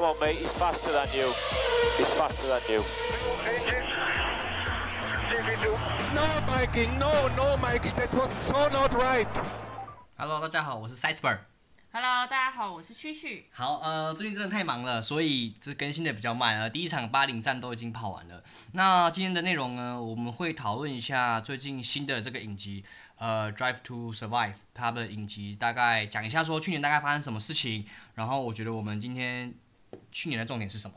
on, mate. He's faster than you. He's faster than you. No, Mikey, no, no, Mikey, that was so not right. Hello，大家好，我是 Cyber。 Hello，大家好，我是蛐蛐。好，呃，最近真的太忙了，所以这更新的比较慢。呃，第一场巴林站都已经跑完了。那今天的内容呢，我们会讨论一下最近新的这个影集，呃，《Drive to Survive》它的影集，大概讲一下说去年大概发生什么事情。然后我觉得我们今天去年的重点是什么？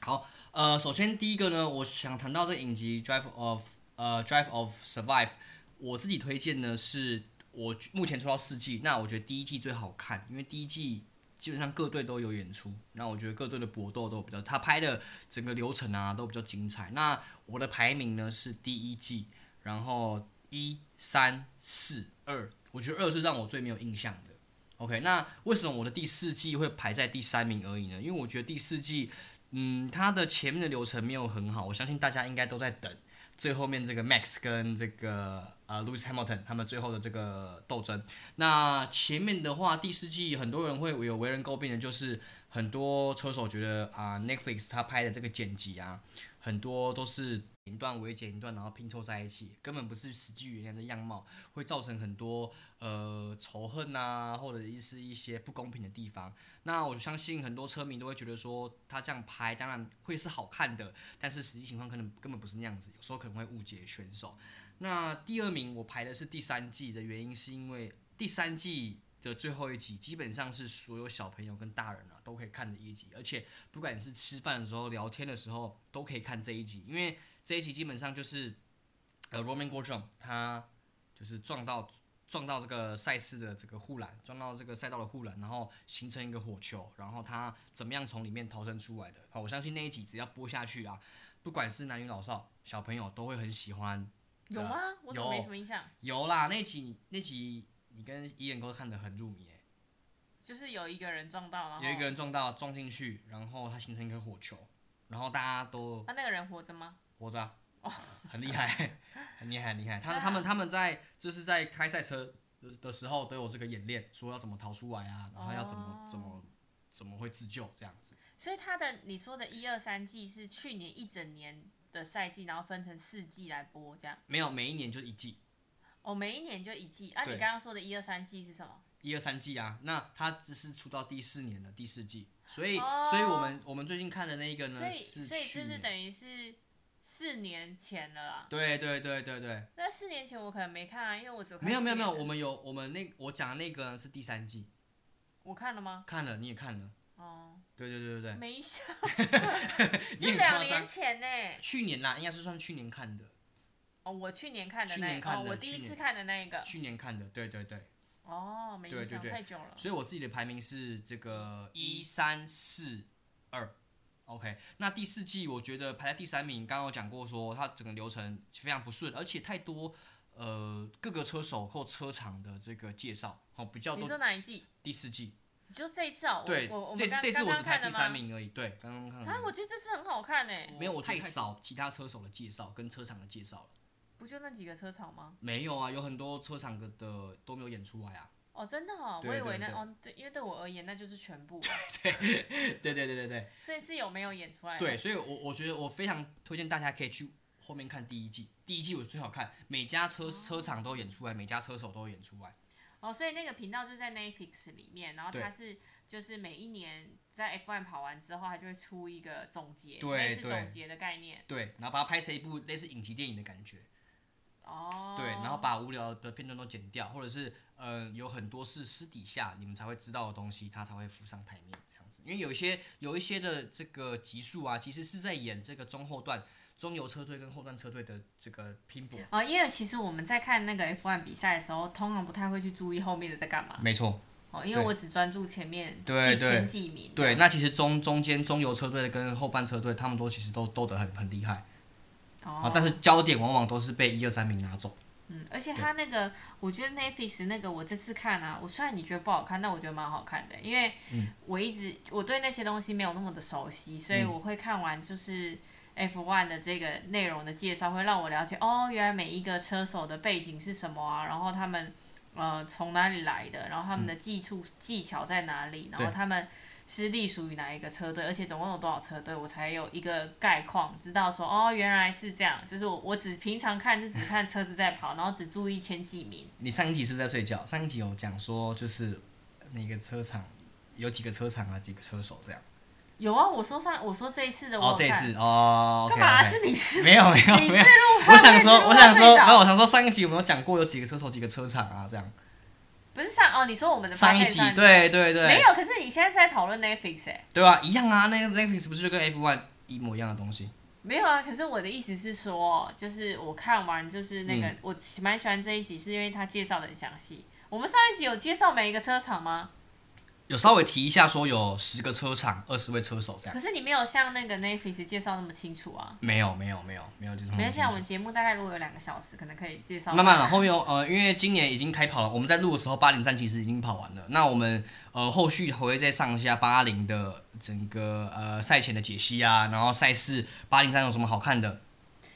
好，呃，首先第一个呢，我想谈到这影集《Drive of》呃，《Drive of Survive》，我自己推荐呢是我目前出到四季，那我觉得第一季最好看，因为第一季基本上各队都有演出，那我觉得各队的搏斗都比较，他拍的整个流程啊都比较精彩。那我的排名呢是第一季，然后一三四二，我觉得二是让我最没有印象的。OK，那为什么我的第四季会排在第三名而已呢？因为我觉得第四季，嗯，它的前面的流程没有很好，我相信大家应该都在等最后面这个 Max 跟这个呃 Lewis Hamilton 他们最后的这个斗争。那前面的话，第四季很多人会有为人诟病的，就是很多车手觉得啊、Netflix 它拍的这个剪辑啊，很多都是剪一段微剪一段，然后拼凑在一起，根本不是实际原来的样貌，会造成很多呃仇恨啊，或者是一些不公平的地方。那我相信很多车迷都会觉得说，他这样拍当然会是好看的，但是实际情况可能根本不是那样子，有时候可能会误解选手。那第二名我排的是第三季的原因，是因为第三季的最后一集基本上是所有小朋友跟大人啊都可以看的一集，而且不管你是吃饭的时候、聊天的时候都可以看这一集，因为这一集基本上就是呃 Roman g o j o n 他就是撞到撞到这个赛事的这个护栏，撞到这个赛道的护栏，然后形成一个火球，然后他怎么样从里面逃生出来的？好，我相信那一集只要播下去啊，不管是男女老少，小朋友都会很喜欢。有吗？我怎么啊有没什么印象？有有啦，那集那集你跟伊人哥看得很入迷诶，就是有一个人撞到，然后有一个人撞到撞进去，然后它形成一个火球，然后大家都啊，那个人活着吗？活着啊、 很厉害，很厉害，很厉害。他哦是啊他们他们在就是在开赛车的的时候都有这个演练，说要怎么逃出来啊，然后要怎么、哦怎么怎么会自救这样子。所以他的你说的一二三季是去年一整年的赛季，然后分成四季来播这样。没有，每一年就一季，哦，每一年就一季啊。对你刚刚说的一二三季是什么？一二三季啊，那他只是出到第四年的第四季，所以、哦所以我们我们最近看的那一个所呢以是所以去就是年，等于是四年前了啦。对对对对对。那四年前我可能没看啊，因为我只有看没有没有没有，去我年的们有我们那我讲的那个呢是第三季，我看了吗？看了你也看了，哦，对对对对没印象，对，你就很两夸年张。前呢。去年啦，应该是算去年看的，哦，我去年看的去那年一看哦，的我去第一次年看的那一个，去年看的，对对对。哦，没对印对象，对太久了。所以我自己的排名是这个一三四二，OK。那第四季我觉得排在第三名，刚刚有讲过说它整个流程非常不顺，而且太多呃各个车手或车厂的这个介绍，哦比较你多说哪一季？第四季。你说这一次哦，我对我我，这们次刚这次刚我只刚排看第的三吗？啊名而已，对，刚刚看的。啊，我觉得这次很好看诶，没有，我觉得太太少其他车手的介绍跟车厂的介绍了。不就那几个车厂吗？没有啊，有很多车厂的的都没有演出来啊。 哦，真的哦，对我以对为那对哦，对，因为对我而言那就是全部，啊对对对对对所以是有没有演出来？对，，所以我我觉得我非常推荐大家可以去后面看第一季，第一季我最好看，每家车车厂都有演出来，每家车手都有演出来。哦，所以那个频道就在 Netflix 里面，然后对它是就是每一年在 F1 跑完之后，它就会出一个总结，对类似对总结的概念。对，然后把它拍成一部类似影集电影的感觉。哦，对，然后把无聊的片段都剪掉，或者是嗯、呃有很多是私底下你们才会知道的东西，它才会浮上台面这样子。因为有一些有一些的这个集数啊，其实是在演这个中后段中游车队跟后段车队的这个拼搏。啊、因为其实我们在看那个 F1 比赛的时候，通常不太会去注意后面的在干嘛没错，哦，因为对我只专注前面对第对前几名。对，那其实中中间中游车队跟后半车队，他们都其实都斗得很很厉害哦，啊，但是焦点往往都是被一二三名拿走。嗯，而且他那个，我觉得 Netflix 那个，我这次看啊，我虽然你觉得不好看，但我觉得蛮好看的，因为嗯我一直我对那些东西没有那么的熟悉，所嗯以我会看完就是 F1 的这个内容的介绍，会让我了解哦，原来每一个车手的背景是什么啊，然后他们呃从哪里来的，然后他们的技术、技巧在哪里，然后嗯对他们是隶属于哪一个车队，而且总共有多少车队，我才有一个概况，知道说哦原来是这样。就是我我只平常看就只看车子在跑，然后只注意前几名。你上一集是不是在睡觉？上一集有讲说就是那个车厂有几个车厂啊，几个车手这样。有啊，我说上我说这一次的我哦有，这一看次哦干，OK，OK，嘛、啊是你是没有没有你是没有录我想说，我想说，没有，没有我想说上一集我们有讲过有几个车手、几个车厂啊，这样。不是上哦，你说我们的上一 podcast 集上对对对，没有，可是你现在是在讨论 Netflix 哎、对啊，一样啊，那个 Netflix 不是就跟 F1 一模一样的东西？没有啊，可是我的意思是说，就是我看完就是那个，嗯我喜蛮喜欢这一集，是因为他介绍的很详细。我们上一集有介绍每一个车厂吗？有稍微提一下说有十个车厂、二十位车手这样。可是你没有像那个 Netflix 介绍那么清楚啊。没有没有没有没有这种。没关系啊，我们节目大概如果有两个小时，可能可以介绍慢慢了，后面有呃，因为今年已经开跑了，我们在录的时候八零站其实已经跑完了。那我们呃后续还会再上一下八零的整个呃赛前的解析啊，然后赛事八零站有什么好看的，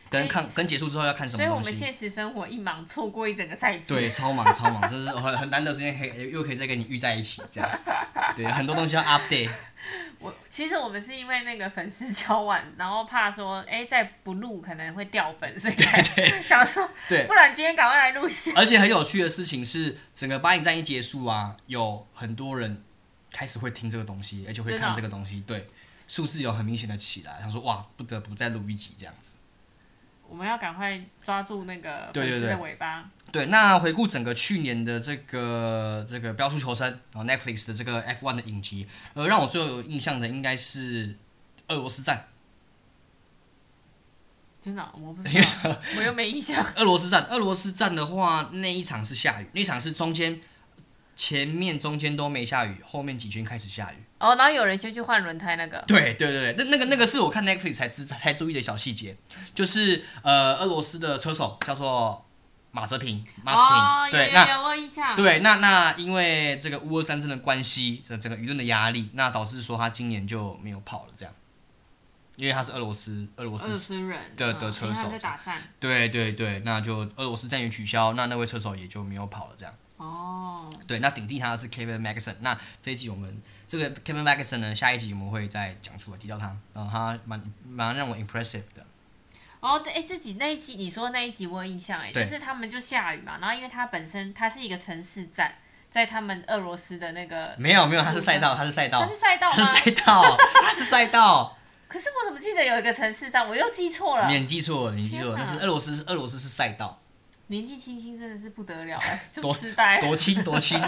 跟看跟结束之后要看什所么以我东们西。现实生活一忙，错过一整个赛季。对，超忙超忙，就是很很难得时间可以又可以再跟你遇在一起这样。对，很多东西要 update。我其实我们是因为那个粉丝交往，然后怕说，哎、再不录可能会掉粉，所以才 想说，对不然今天赶快来录一下。而且很有趣的事情是，整个八零战一结束啊，有很多人开始会听这个东西，而且会真的看哦这个东西，对，数字有很明显的起来。他说哇，不得不再录一集这样子。我们要赶快抓住那个对粉对丝对的尾巴。对，那回顾整个去年的这个这个《标出求生》，然后 Netflix 的这个 F1 的影集，呃，让我最有印象的应该是俄罗斯站，真的哦、我不 因知为道，我又没印象。俄罗斯站，俄罗斯站的话，那一场是下雨，那一场是中间前面中间都没下雨，后面几圈开始下雨。哦，然后有人先去换轮胎那个，对对对，对那那个那个是我看 Netflix 才知才注意的小细节，就是呃，俄罗斯的车手叫做马泽平，马哦泽，平，有对，那有有我有印象。对，那那因为这个乌俄战争的关系，这整个舆论的压力，那导致说他今年就没有跑了，这样，因为他是俄罗斯俄罗俄罗斯，斯人的嗯的车因为手他在打战。对对对，那就俄罗斯战役取消，那那位车手也就没有跑了，这样。哦，对，那顶替他的是 Kevin m a g s o n 那这一集我们这个 Kevin m a g s o n 呢，下一集我们会再讲出来提到他，然后他蛮蛮让我 impressive 的。哦，对，哎，这集那一集你说那一集我有印象，哎，对就是他们就下雨嘛，然后因为它本身它是一个城市站，在他们俄罗斯的那个，没有没有，他是赛道，他是赛道它是，赛道他吗是？赛道，他是赛 道。可是我怎么记得有一个城市站，我又记错了。你你记错了，你记错了，啊天那哪是俄罗斯，俄罗斯是赛道，年纪轻轻真的是不得 了，哎，这多么痴呆。多轻多 轻。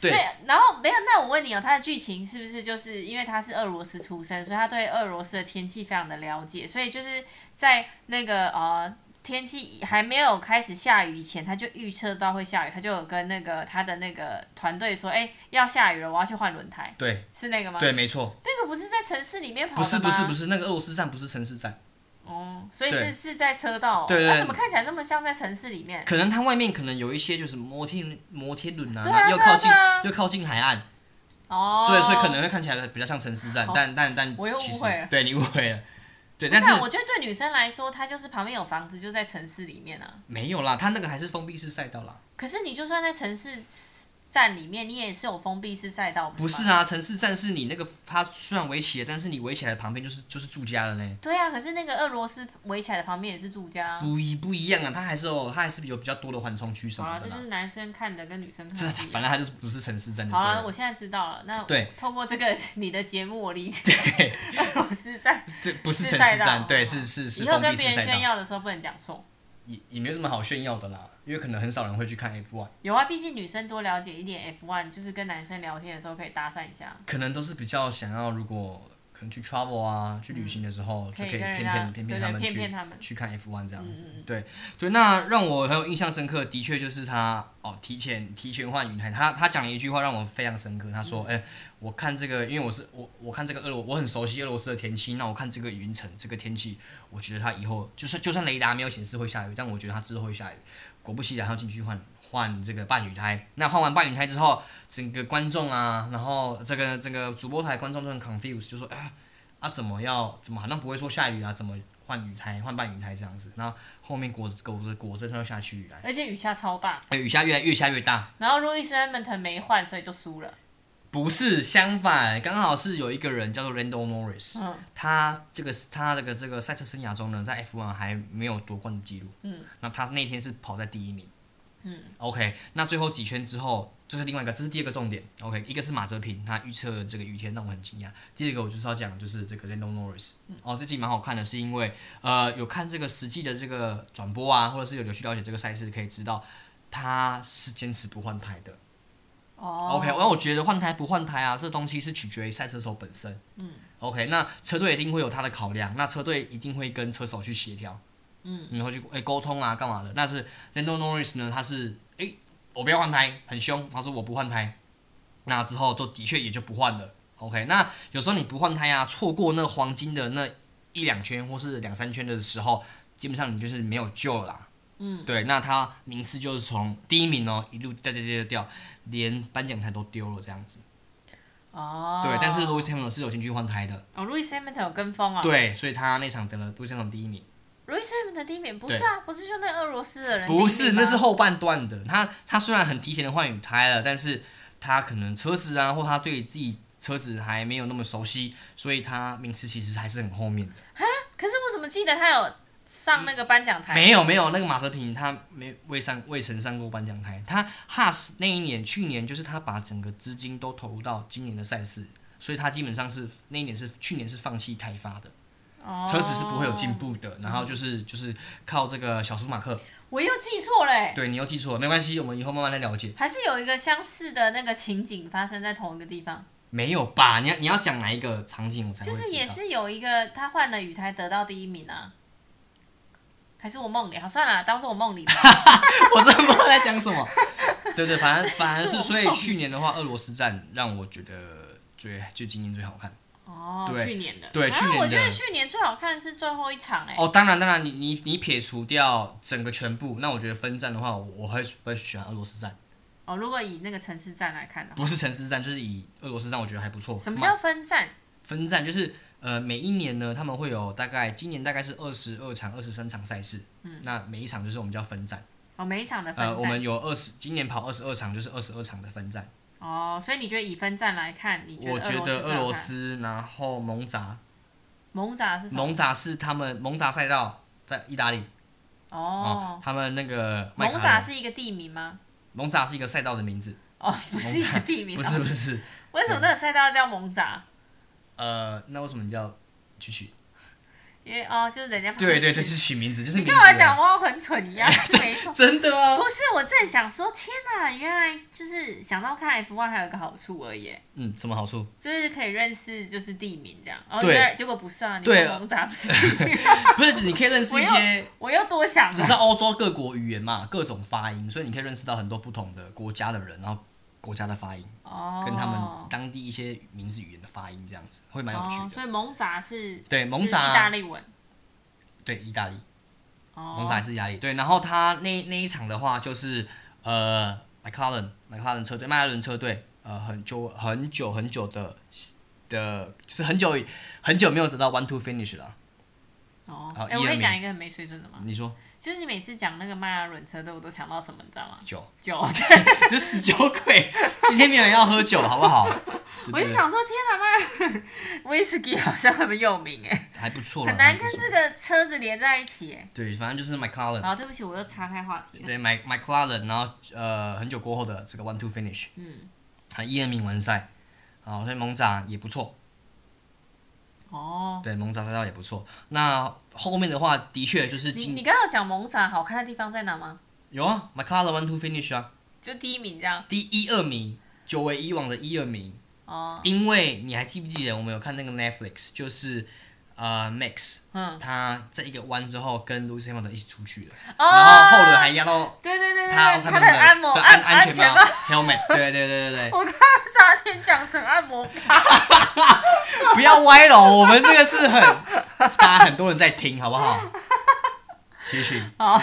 对所以，然后没有，那我问你哦，他的剧情是不是就是因为他是俄罗斯出生，所以他对俄罗斯的天气非常的了解，所以就是在那个呃天气还没有开始下雨以前，他就预测到会下雨，他就有跟那个他的那个团队说，哎、要下雨了，我要去换轮胎，对是那个吗？对，，没错，那个不是在城市里面跑的不吗？是不是不是，是，那个俄罗斯站不是城市站，哦，所以对是是在车道、哦，对对那对怎么看起来那么像在城市里面？可能它外面可能有一些就是摩天摩天轮啊，对啊那又靠近对啊又靠近海岸，哦，对，所以可能会看起来比较像城市站好，但但但我又误其实会了对你误会了，对，不但是是啊。我觉得对女生来说，她就是旁边有房子，就在城市里面啊。没有啦，它那个还是封闭式赛道啦，可是你就算在城市站里面，你也是有封闭式赛道，不是啊？啊，城市站是你那个它虽然围起来，但是你围起来的旁边就是就是住家了嘞，对啊，可是那个俄罗斯围起来的旁边也是住家啊。不一不一样啊，它还是有它还是有比较多的缓冲区什好么了，的这就啦是，男生看的跟女生看这的不一反样。正它就是不是城市站就好对了，我了，现在知道了。那对透过这个你的节目，我理解 俄罗斯站。这不是是城市赛道站，对，哦是是是以后封跟闭别式人赛炫道，耀的时候不能讲错。也也没有什么好炫耀的啦，因为可能很少人会去看 F1，有啊，毕竟女生多了解一点 F1，就是跟男生聊天的时候可以搭讪一下，可能都是比较想要如果。可能去 travel 啊，去旅行的时候、就嗯可以可以跟骗骗人家骗对他对们去骗骗他们去看 F1 这样子。嗯对对，那让我很有印象深刻，的确就是他哦，提前提前换云台，他他讲了一句话让我非常深刻，他说：“嗯哎、我看这个，因为我是我我看这个俄罗，我很熟悉俄罗斯的天气，那我看这个云层这个天气，我觉得它以后就算就算雷达没有显示会下雨，但我觉得它之后会下雨。果不其然，他进去换换这个半雨胎，那换完半雨胎之后，整个观众啊，然后这个这个主播台观众都很 confused，就说：哎、啊怎么要怎么好像不会说下雨啊，怎么换雨胎换半雨胎这样子？然后后面果果果真要下起雨来，而且雨下超大。哎雨下越来越下越大，然后路易斯 Hamilton 没换，所以就输了。不是，相反，刚好是有一个人叫做 Randall Norris，、嗯他这个他这个这个赛车生涯中呢，在 F1 还没有夺冠的记录。嗯，那他那天是跑在第一名。嗯，OK，那最后几圈之后，这是另外一个，这是第二个重点。OK，一个是马哲平，他预测这个雨天让我很惊讶。第二个我就是要讲就是这个 Randall Norris，、哦，这集蛮好看的，是因为呃有看这个实际的这个转播啊，或者是有有去了解这个赛事，可以知道他是坚持不换胎的。哦 OK，那我觉得换胎不换胎啊，这东西是取决于赛车手本身。嗯，OK，那车队一定会有他的考量，那车队一定会跟车手去协调，嗯，然后去诶沟通啊，干嘛的？但是 Lando Norris 呢，他是诶、我不要换胎，很凶，他说我不换胎，那之后就的确也就不换了。OK，那有时候你不换胎啊，错过那黄金的那一两圈或是两三圈的时候，基本上你就是没有救了啦。嗯，对，那他名次就是从第一名哦一路掉掉掉掉掉，连颁奖台都丢了这样子。哦，对，但是 Lewis Hamilton 是有进去换胎的，哦，Louis Hamilton 有跟风啊，对，所以他那场得了 Lewis Hamilton 第一名。 ，Louis Hamilton 第一名不是啊，不是就那俄罗斯的人第一名吗，不是，那是后半段的。他他虽然很提前的换雨胎了，但是他可能车子啊，或他对自己车子还没有那么熟悉，所以他名次其实还是很后面的。可是我怎么记得他有上那个颁奖台？没有没有，那个马哲平他没未上未曾上过颁奖台。他哈斯那一年，去年就是他把整个资金都投入到今年的赛事，所以他基本上是那一年是去年是放弃开发的，哦车子是不会有进。步的。然后就是就是靠这个小舒马克，我又记错了欸，对你又记错了，没关系，我们以后慢慢来了解。还是有一个相似的那个情景发生在同一个地方，没有吧？你要你要讲哪一个场景我才会就知道？是也是有一个他换了雨台得到第一名啊，还是我梦里？好，算了，当做我梦里吧。 我真的不知道在讲什么。 对对，反正反而是所以去年的 话，俄罗斯站让我觉得最最今年最好看。哦，对去年的，对啊去年的我觉得去年最好看的是最后一场哎、哦，当然当然，你你你撇除掉整个全部，那我觉得分站的话，我我会会喜欢俄罗斯站，哦，如果以那个城市站来看的话，不是城市站，就是以俄罗斯站，我觉得还不错。什么蛮叫分站？分站？就是呃，每一年呢，他们会有大概今年大概是二十二场、二十三场赛事，嗯，那每一场就是我们叫分站。哦，每一场的分呃，站。我们有二十，今年跑二十二场，就是二十二场的分站。哦，所以你觉得以分站来看，你我觉得得俄罗最好看斯，然后蒙扎，蒙扎是什么？蒙扎是他们蒙扎赛道在意大利哦，他们那个麦蒙卡扎伦是一个地名吗？蒙扎是一个赛道的名字，哦， 不是一蒙扎个地名，啊不是不是，为什么那个赛道叫蒙扎？呃，那为什么你叫去取？因为哦，就是人家旁对边对，这是取名字，就是你名字跟啊。我讲我很蠢 一样，没错。真的啊不，是，我正想说，天哪，原来就是想到看 F1 还有一个好处而已，嗯，什么好处？就是可以认识就是地名这样。哦，对原来结果不是啊，你对说蒙扎不是 地名，不是，你可以认识一我些，我又多想你知了。道欧洲各国语言嘛，各种发音，所以你可以认识到很多不同的国家的人，然后国家的发音哦，跟他们当地一些名字语言的发音这样子，会蛮有趣哦，的。所以蒙扎是对蒙是扎意大利文。对，意大利。哦，蒙仔是压力。对，然后他那那一场的话，就是呃，McLaren McLaren 车队，迈阿伦车队，呃，很久很久很久的的，就是很久很久没有得到 one two finish 了。哦，好哎、我一二可以名嗯讲一个很没水准的吗？你说就是你每次讲那个迈阿伦车队，我都想到什么，你 知道吗？酒，酒。这死酒鬼，今天没有人要喝酒，好不好？对我就对想说，天哪，迈阿伦威士忌好像很有名哎，还不错啦，很难还不跟错这个车子连在一起哎。对，反正就是 McLaren。好，对不起，我又岔开话题了。对，Mc McLaren，然后呃，很久过后的这个 one two finish，嗯，啊，一二名完赛，好，所以蒙仔也不错，哦，对，蒙扎赛道也不错。那后面的话，的确就是你今你刚刚有讲蒙扎好看的地方在哪吗？有啊，McLaren One Two Finish 啊，就第一名这样。第一二名，久违以往的一二名。哦，因为你还记不记得我们有看那个 Netflix，就是呃 Max 嗯，他在一个弯之后跟 Lewis Hamilton 一起出去了，哦，然后后轮还压到对对对对他对，他们他的的按摩的按安安全帽帽， helmet，对对对对对，我刚刚差点讲成按摩棒。 不要歪了，我们这个是很大家很多人在听，好不好？继续，好，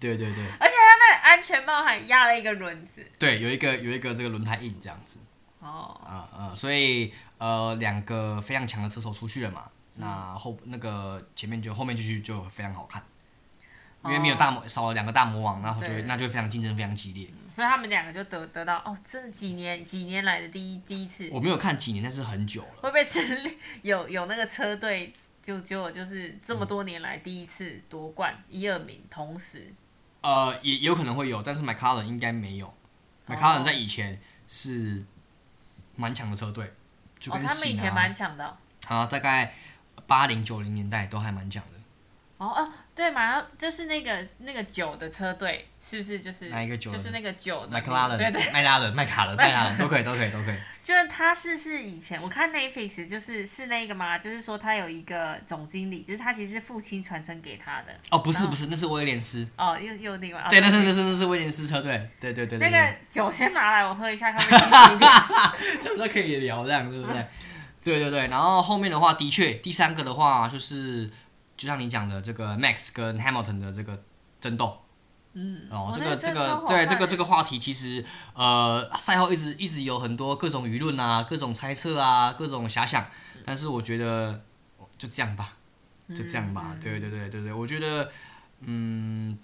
对对对 而且他那个安全帽还压了一个轮子。对，有一个有一个这个轮胎印这样子。哦，啊呃，所以呃，两个非常强的车手出去了嘛，那后那个前面就后面就去就非常好看。因为没有大魔少了两个大魔王，然后就会哦对那就会非常竞争非常激烈。所以他们两个就得得到哦，这几年几年来的第一第一次，我没有看几年，但是很久了。会不会成立有有那个车队就就就是这么多年来第一次夺冠一二名同时，呃，也也有可能会有，但是 McLaren 应该没有。McLaren 哦在以前是蛮强的车队，就哦跟，他们以喜前拿蛮强的哦。啊，大概八零九零年代都还蛮强的。哦哦，对，马上就是那个那个酒的车队，是不是就是哪一个酒的就是那个酒的麦克拉伦嗯对对，、麦拉伦、麦卡伦、麦拉伦都可以，都可以，都可以。就是他是是以前我看 Netflix 就是是那个嘛，就是说他有一个总经理，就是他其实是父亲传承给他的。哦，不是不是，那是威廉斯。哦，又又另外哦对，那是那是那是威廉斯车队。对对对对那对。个酒先拿来我喝一下，看会不会 心情这样都可以聊，这样对不对？对对对，然后后面的话，的确，第三个的话就是，就像你讲的这个 Max 跟 Hamilton 的这个争斗，嗯，哦哦，这那个个这真的超个好对看这个的这个话题，其实呃，赛后一直一直有很多各种舆论啊，各种猜测啊，各种遐想，但是我觉得就这样吧，就这样嗯吧，对对对对对，我觉得嗯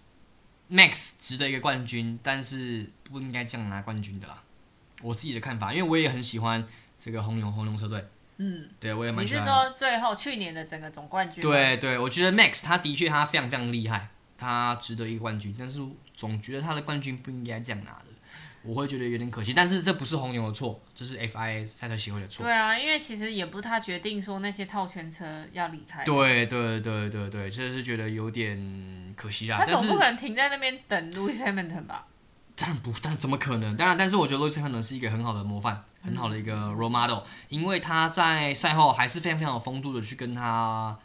，Max 值得一个冠军，但是不应该这样拿冠军的啦。我自己的看法，因为我也很喜欢这个红牛红牛车队，嗯，对我也蛮你喜是欢。说最后去年的整个总冠军？，对对，我觉得 Max 他的确他非常非常厉害，他值得一个冠军，但是总觉得他的冠军不应该这样拿的，我会觉得有点可惜。但是这不是红牛的错，这是 FIA 赛车协会的错。对啊，因为其实也不是他决定说那些套圈车要离开，对对对对对，真的是觉得有点可惜啦他。啊但总是不可能停在那边等 Lewis Hamilton 吧？当然不，但怎么可能？当然，但是我觉得 Lewis Hamilton 是一个很好的模范，很好的一个嗯 role model，因为他在赛后还是非常非常有风度的去跟他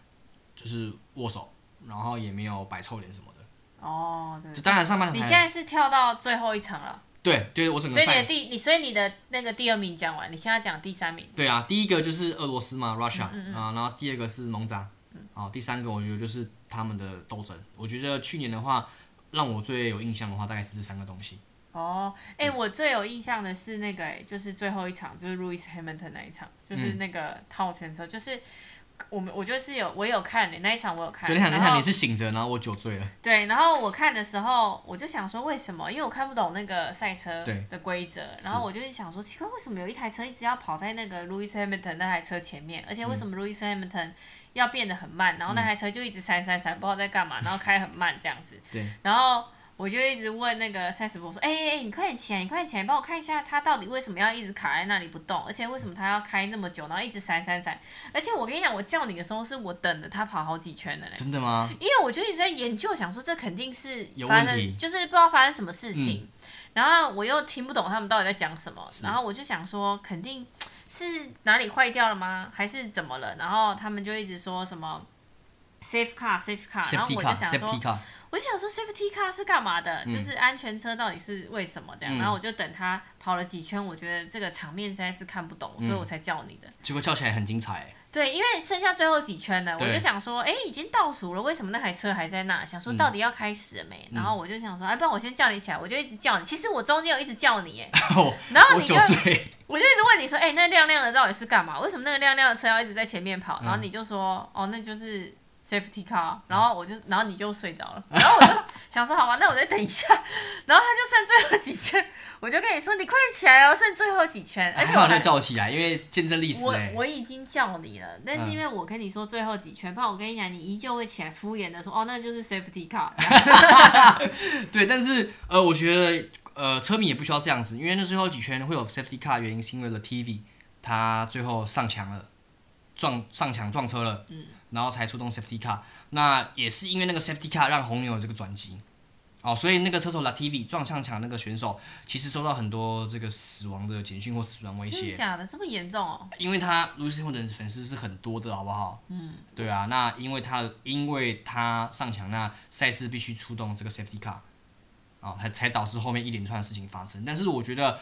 就是握手，然后也没有摆臭脸什么的。哦，对就。当然上半你场现还在是跳到最后一场了，对对，我整个所以你的赛第你所以你的那个第二名讲完，你现在讲第嗯三名，对啊，第一个就是俄罗斯嘛，Russia 啊、然后第二个是蒙扎，嗯啊，第三个我觉得就是他们的斗争。我觉得去年的话，让我最有印象的话，大概是这三个东西。哦，哎、我最有印象的是那个、哎，就是最后一场，就是 Louis Hamilton 那一场，就是嗯那个套圈车，就是我们我觉得是有我有看的、欸那一场，我有看。对，你想，你然想，后你是醒着，然后我酒醉了，对，然后我看的时候，我就想说为什么？因为我看不懂那个赛车对的规则，然后我就是想说，奇怪，为什么有一台车一直要跑在那个 Louis Hamilton 那台车前面？而且为什么 Louis Hamilton 要变得很慢，然后那台车就一直闪闪闪，不知道在干嘛，然后开很慢这样子。对。然后我就一直问那个赛斯伯说：“哎哎哎，你快点起来，你快点起来，帮我看一下他到底为什么要一直卡在那里不动，而且为什么他要开那么久，然后一直闪闪闪。而且我跟你讲，我叫你的时候是我等了他跑好几圈的嘞。”真的吗？因为我就一直在研究，想说这肯定是有发问生，题嗯就是不知道发生什么事情，然后我又听不懂他们到底在讲什么，然后我就想说肯定是哪里坏掉了吗，还是怎么了？然后他们就一直说什么 safe car safe car，然后 safety 我就 car 想说 safety car，我就想说 safety car 是干嘛的？就是安全车到底是为什么这样？嗯然后我就等他跑了几圈，我觉得这个场面实在是看不懂，所以嗯我才叫你的。结果叫起来很精彩。 对，因为剩下最后几圈了，我对嗯就想说，哎，已经倒数了，为什么那台车还在那？想说到底要开始了没？然后我就想说，哎，不然我先叫你起来，我就一直叫你。其实我中间有一直叫你，哎，我然后我你就酒醉，我就一直问你说，哎，那亮亮的到底是干嘛？为什么那个亮亮的车要一直在前面跑？嗯然后你就说，哦，那就是 safety car。然后我就，然后你就睡着了。然后我 就想说，好吧，那我再等一下。然后他就剩最后几圈，我就跟你说，你快点起来哦，剩最后几圈。 而还且好我你有还叫我起来，因为见证历史我哎。嗯我已经叫你了，但是因为我跟你说最后几圈，不然我跟你讲，你依旧会起来敷衍的说，哦，那就是 safety car。对，但是呃，我觉得呃，车迷也不需要这样子，因为那最后几圈会有 safety car，原因是因为了 TV 他最后上墙了，撞上墙撞车了，嗯然后才出动 safety car。那也是因为那个 safety car 让红牛有这个转机。哦，所以那个车手 Latifi 撞上墙那个选手，其实收到很多这个死亡的简讯或死亡威真胁的，假的？这么严重哦？因为他 Lucy Hamilton 的粉丝是很多的，好不好？嗯，对啊，那因为他因为他上墙，那赛事必须出动这个 safety car，啊，才才导致后面一连串的事情发生。但是我觉得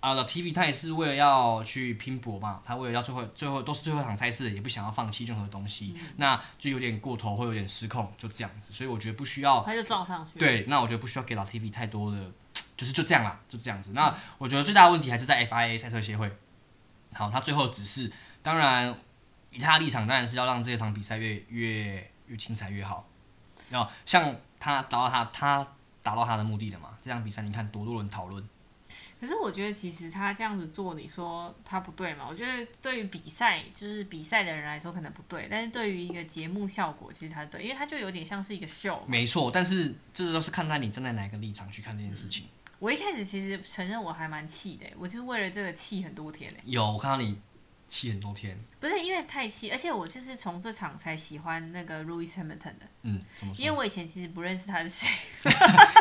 啊，TV 他也是为了要去拼搏嘛，他为了要最后最后都是最后一场赛事，也不想要放弃任何东西，那就有点过头，会有点失控，就这样子。所以我觉得不需要他就撞上去。，对，那我觉得不需要给老 TV 太多的，就是就这样啦，就这样子。那我觉得最大的问题还是在 FIA 赛车协会。好，他最后只是，当然，以他的立场，当然是要让这场比赛越越越精彩越好。要像他达到他他达到他的目的了嘛？这场比赛你看多多人讨论，可是我觉得其实他这样子做，你说他不对嘛？我觉得对于比赛，就是比赛的人来说可能不对，但是对于一个节目效果，其实他对，因为他就有点像是一个秀嘛。没错，但是这都是看在你站在哪个立场去看这件事情。我一开始其实承认我还蛮气的，我就是为了这个气很多天呢。有，我看到你气很多天，不是因为太气，而且我就是从这场才喜欢那个 Louis Hamilton 的，嗯，怎么说？因为我以前其实不认识他是谁，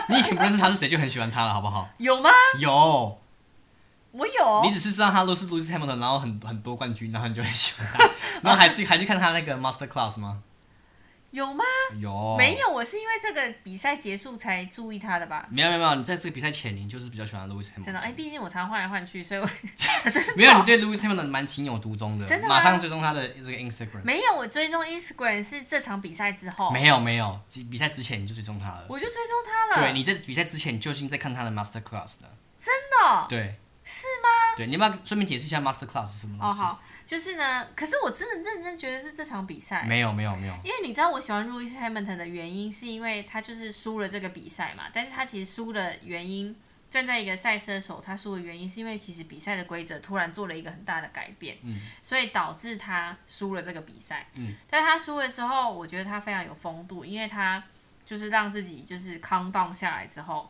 你以前不认识他是谁就很喜欢他了，好不好？有吗？有，我有你，只是知道他都是 Lewis Hamilton，然后很很多冠军，然后你就很喜欢他，然后还去还去看他那个 Master Class 吗？有吗？有，没有，我是因为这个比赛结束才注意他的吧。没有没有没有，你在这个比赛前，你就是比较喜欢 Lewis 真的，哎、 Hamilton。毕竟我常换来换去，所以 我嗯没有，你对 Lewis Hamilton 蛮情有独钟的，真的吗马上追踪他的这个 Instagram。没有我追踪 Instagram 是这场比赛之后，没有没有，比比赛之前你就追踪他了。我就追踪他了。对，你在比赛之前你就已经在看他的 Master Class 了。真的哦、对是吗？对，你要不要顺便解释一下 Master Class 是什么哦东西？好，就是呢，可是我真的认真觉得是这场比赛，没有没有没有，因为你知道我喜欢 Louis Hamilton 的原因，是因为他就是输了这个比赛嘛，但是他其实输的原因，站在一个赛车手，他输的原因是因为其实比赛的规则突然做了一个很大的改变，嗯、所以导致他输了这个比赛。嗯、但是他输了之后，我觉得他非常有风度，因为他就是让自己就是康荡下来之后。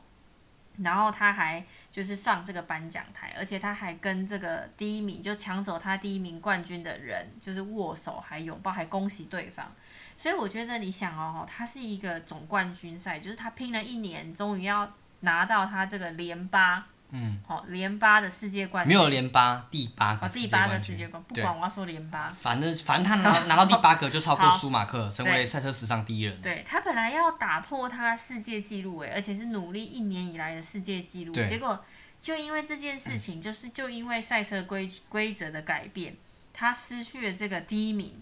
然后他还就是上这个颁奖台，而且他还跟这个第一名就抢走他第一名冠军的人就是握手，还拥抱，还恭喜对方。所以我觉得你想哦，他是一个总冠军赛，就是他拼了一年，终于要拿到他这个连八，嗯，哦，连八的世界冠没军，有连八第八哦，个世第界八冠个军世界冠军，不对管我要说连八，反正反正他拿拿到第八个就超过好舒马克，成为对赛车史上第一人了。对他本来要打破他世界纪录诶，而且是努力一年以来的世界纪录，对结果就因为这件事情，就是就因为赛车规规则的改变，他失去了这个第一名。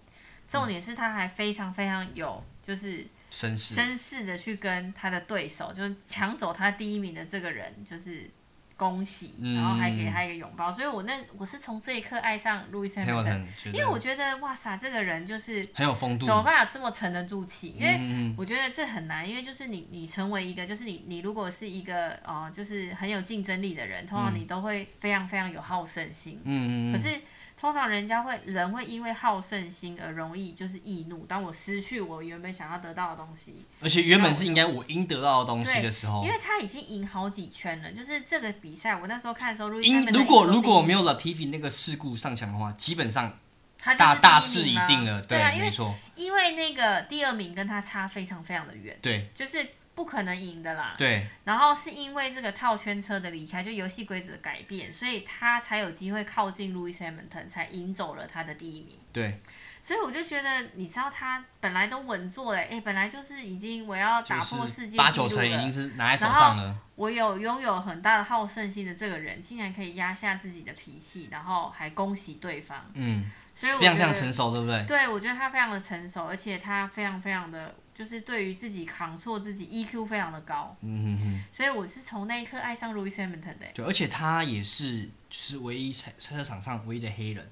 重点是他还非常非常有就是绅士，绅士的去跟他的对手，就是抢走他第一名的这个人，就是恭喜，嗯然后还给他一个拥抱。所以我那我是从这一刻爱上路易斯 Hamilton 觉因得为我觉得哇塞，这个人就是很有风度怎。么办法这么沉得住气？因为嗯嗯嗯我觉得这很难，因为就是你你成为一个，就是你你如果是一个呃，就是很有竞争力的人，通常你都会非常非常有好胜心。嗯嗯可嗯，是通常人家会人会因为好胜心而容易就是易怒。当我失去我原本想要得到的东西，而且原本是应该我应得到的东西对，的时候因，为他已经赢好几圈了。就是这个比赛，我那时候看的时候，如因嗯如果如果没有了 Tiffy 那个事故上墙的话，基本上他就是大大第势已一名嘛定了。对啊，因没为错，因为那个第二名跟他差非常非常的远，对就是不可能赢的啦。对然后是因为这个套圈车的离开，就游戏规则的改变，所以他才有机会靠近 Louis Hamilton，才赢走了他的第一名。对，所以我就觉得，你知道他本来都稳坐嘞，哎，本来就是已经我要就打破世是界八九纪成录已了经是拿在手上了。我有拥有很大的好胜心的这个人，竟然可以压下自己的脾气，然后还恭喜对方，嗯，所以我非常非觉常得成熟，对不对？对我觉得他非常的成熟，而且他非常非常的就是对于自己扛错自己 EQ 非常的高，嗯嗯嗯，所以我是从那一刻爱上 Louis Hamilton 的、对，而且他也是就是唯一赛赛车场上唯一的黑人，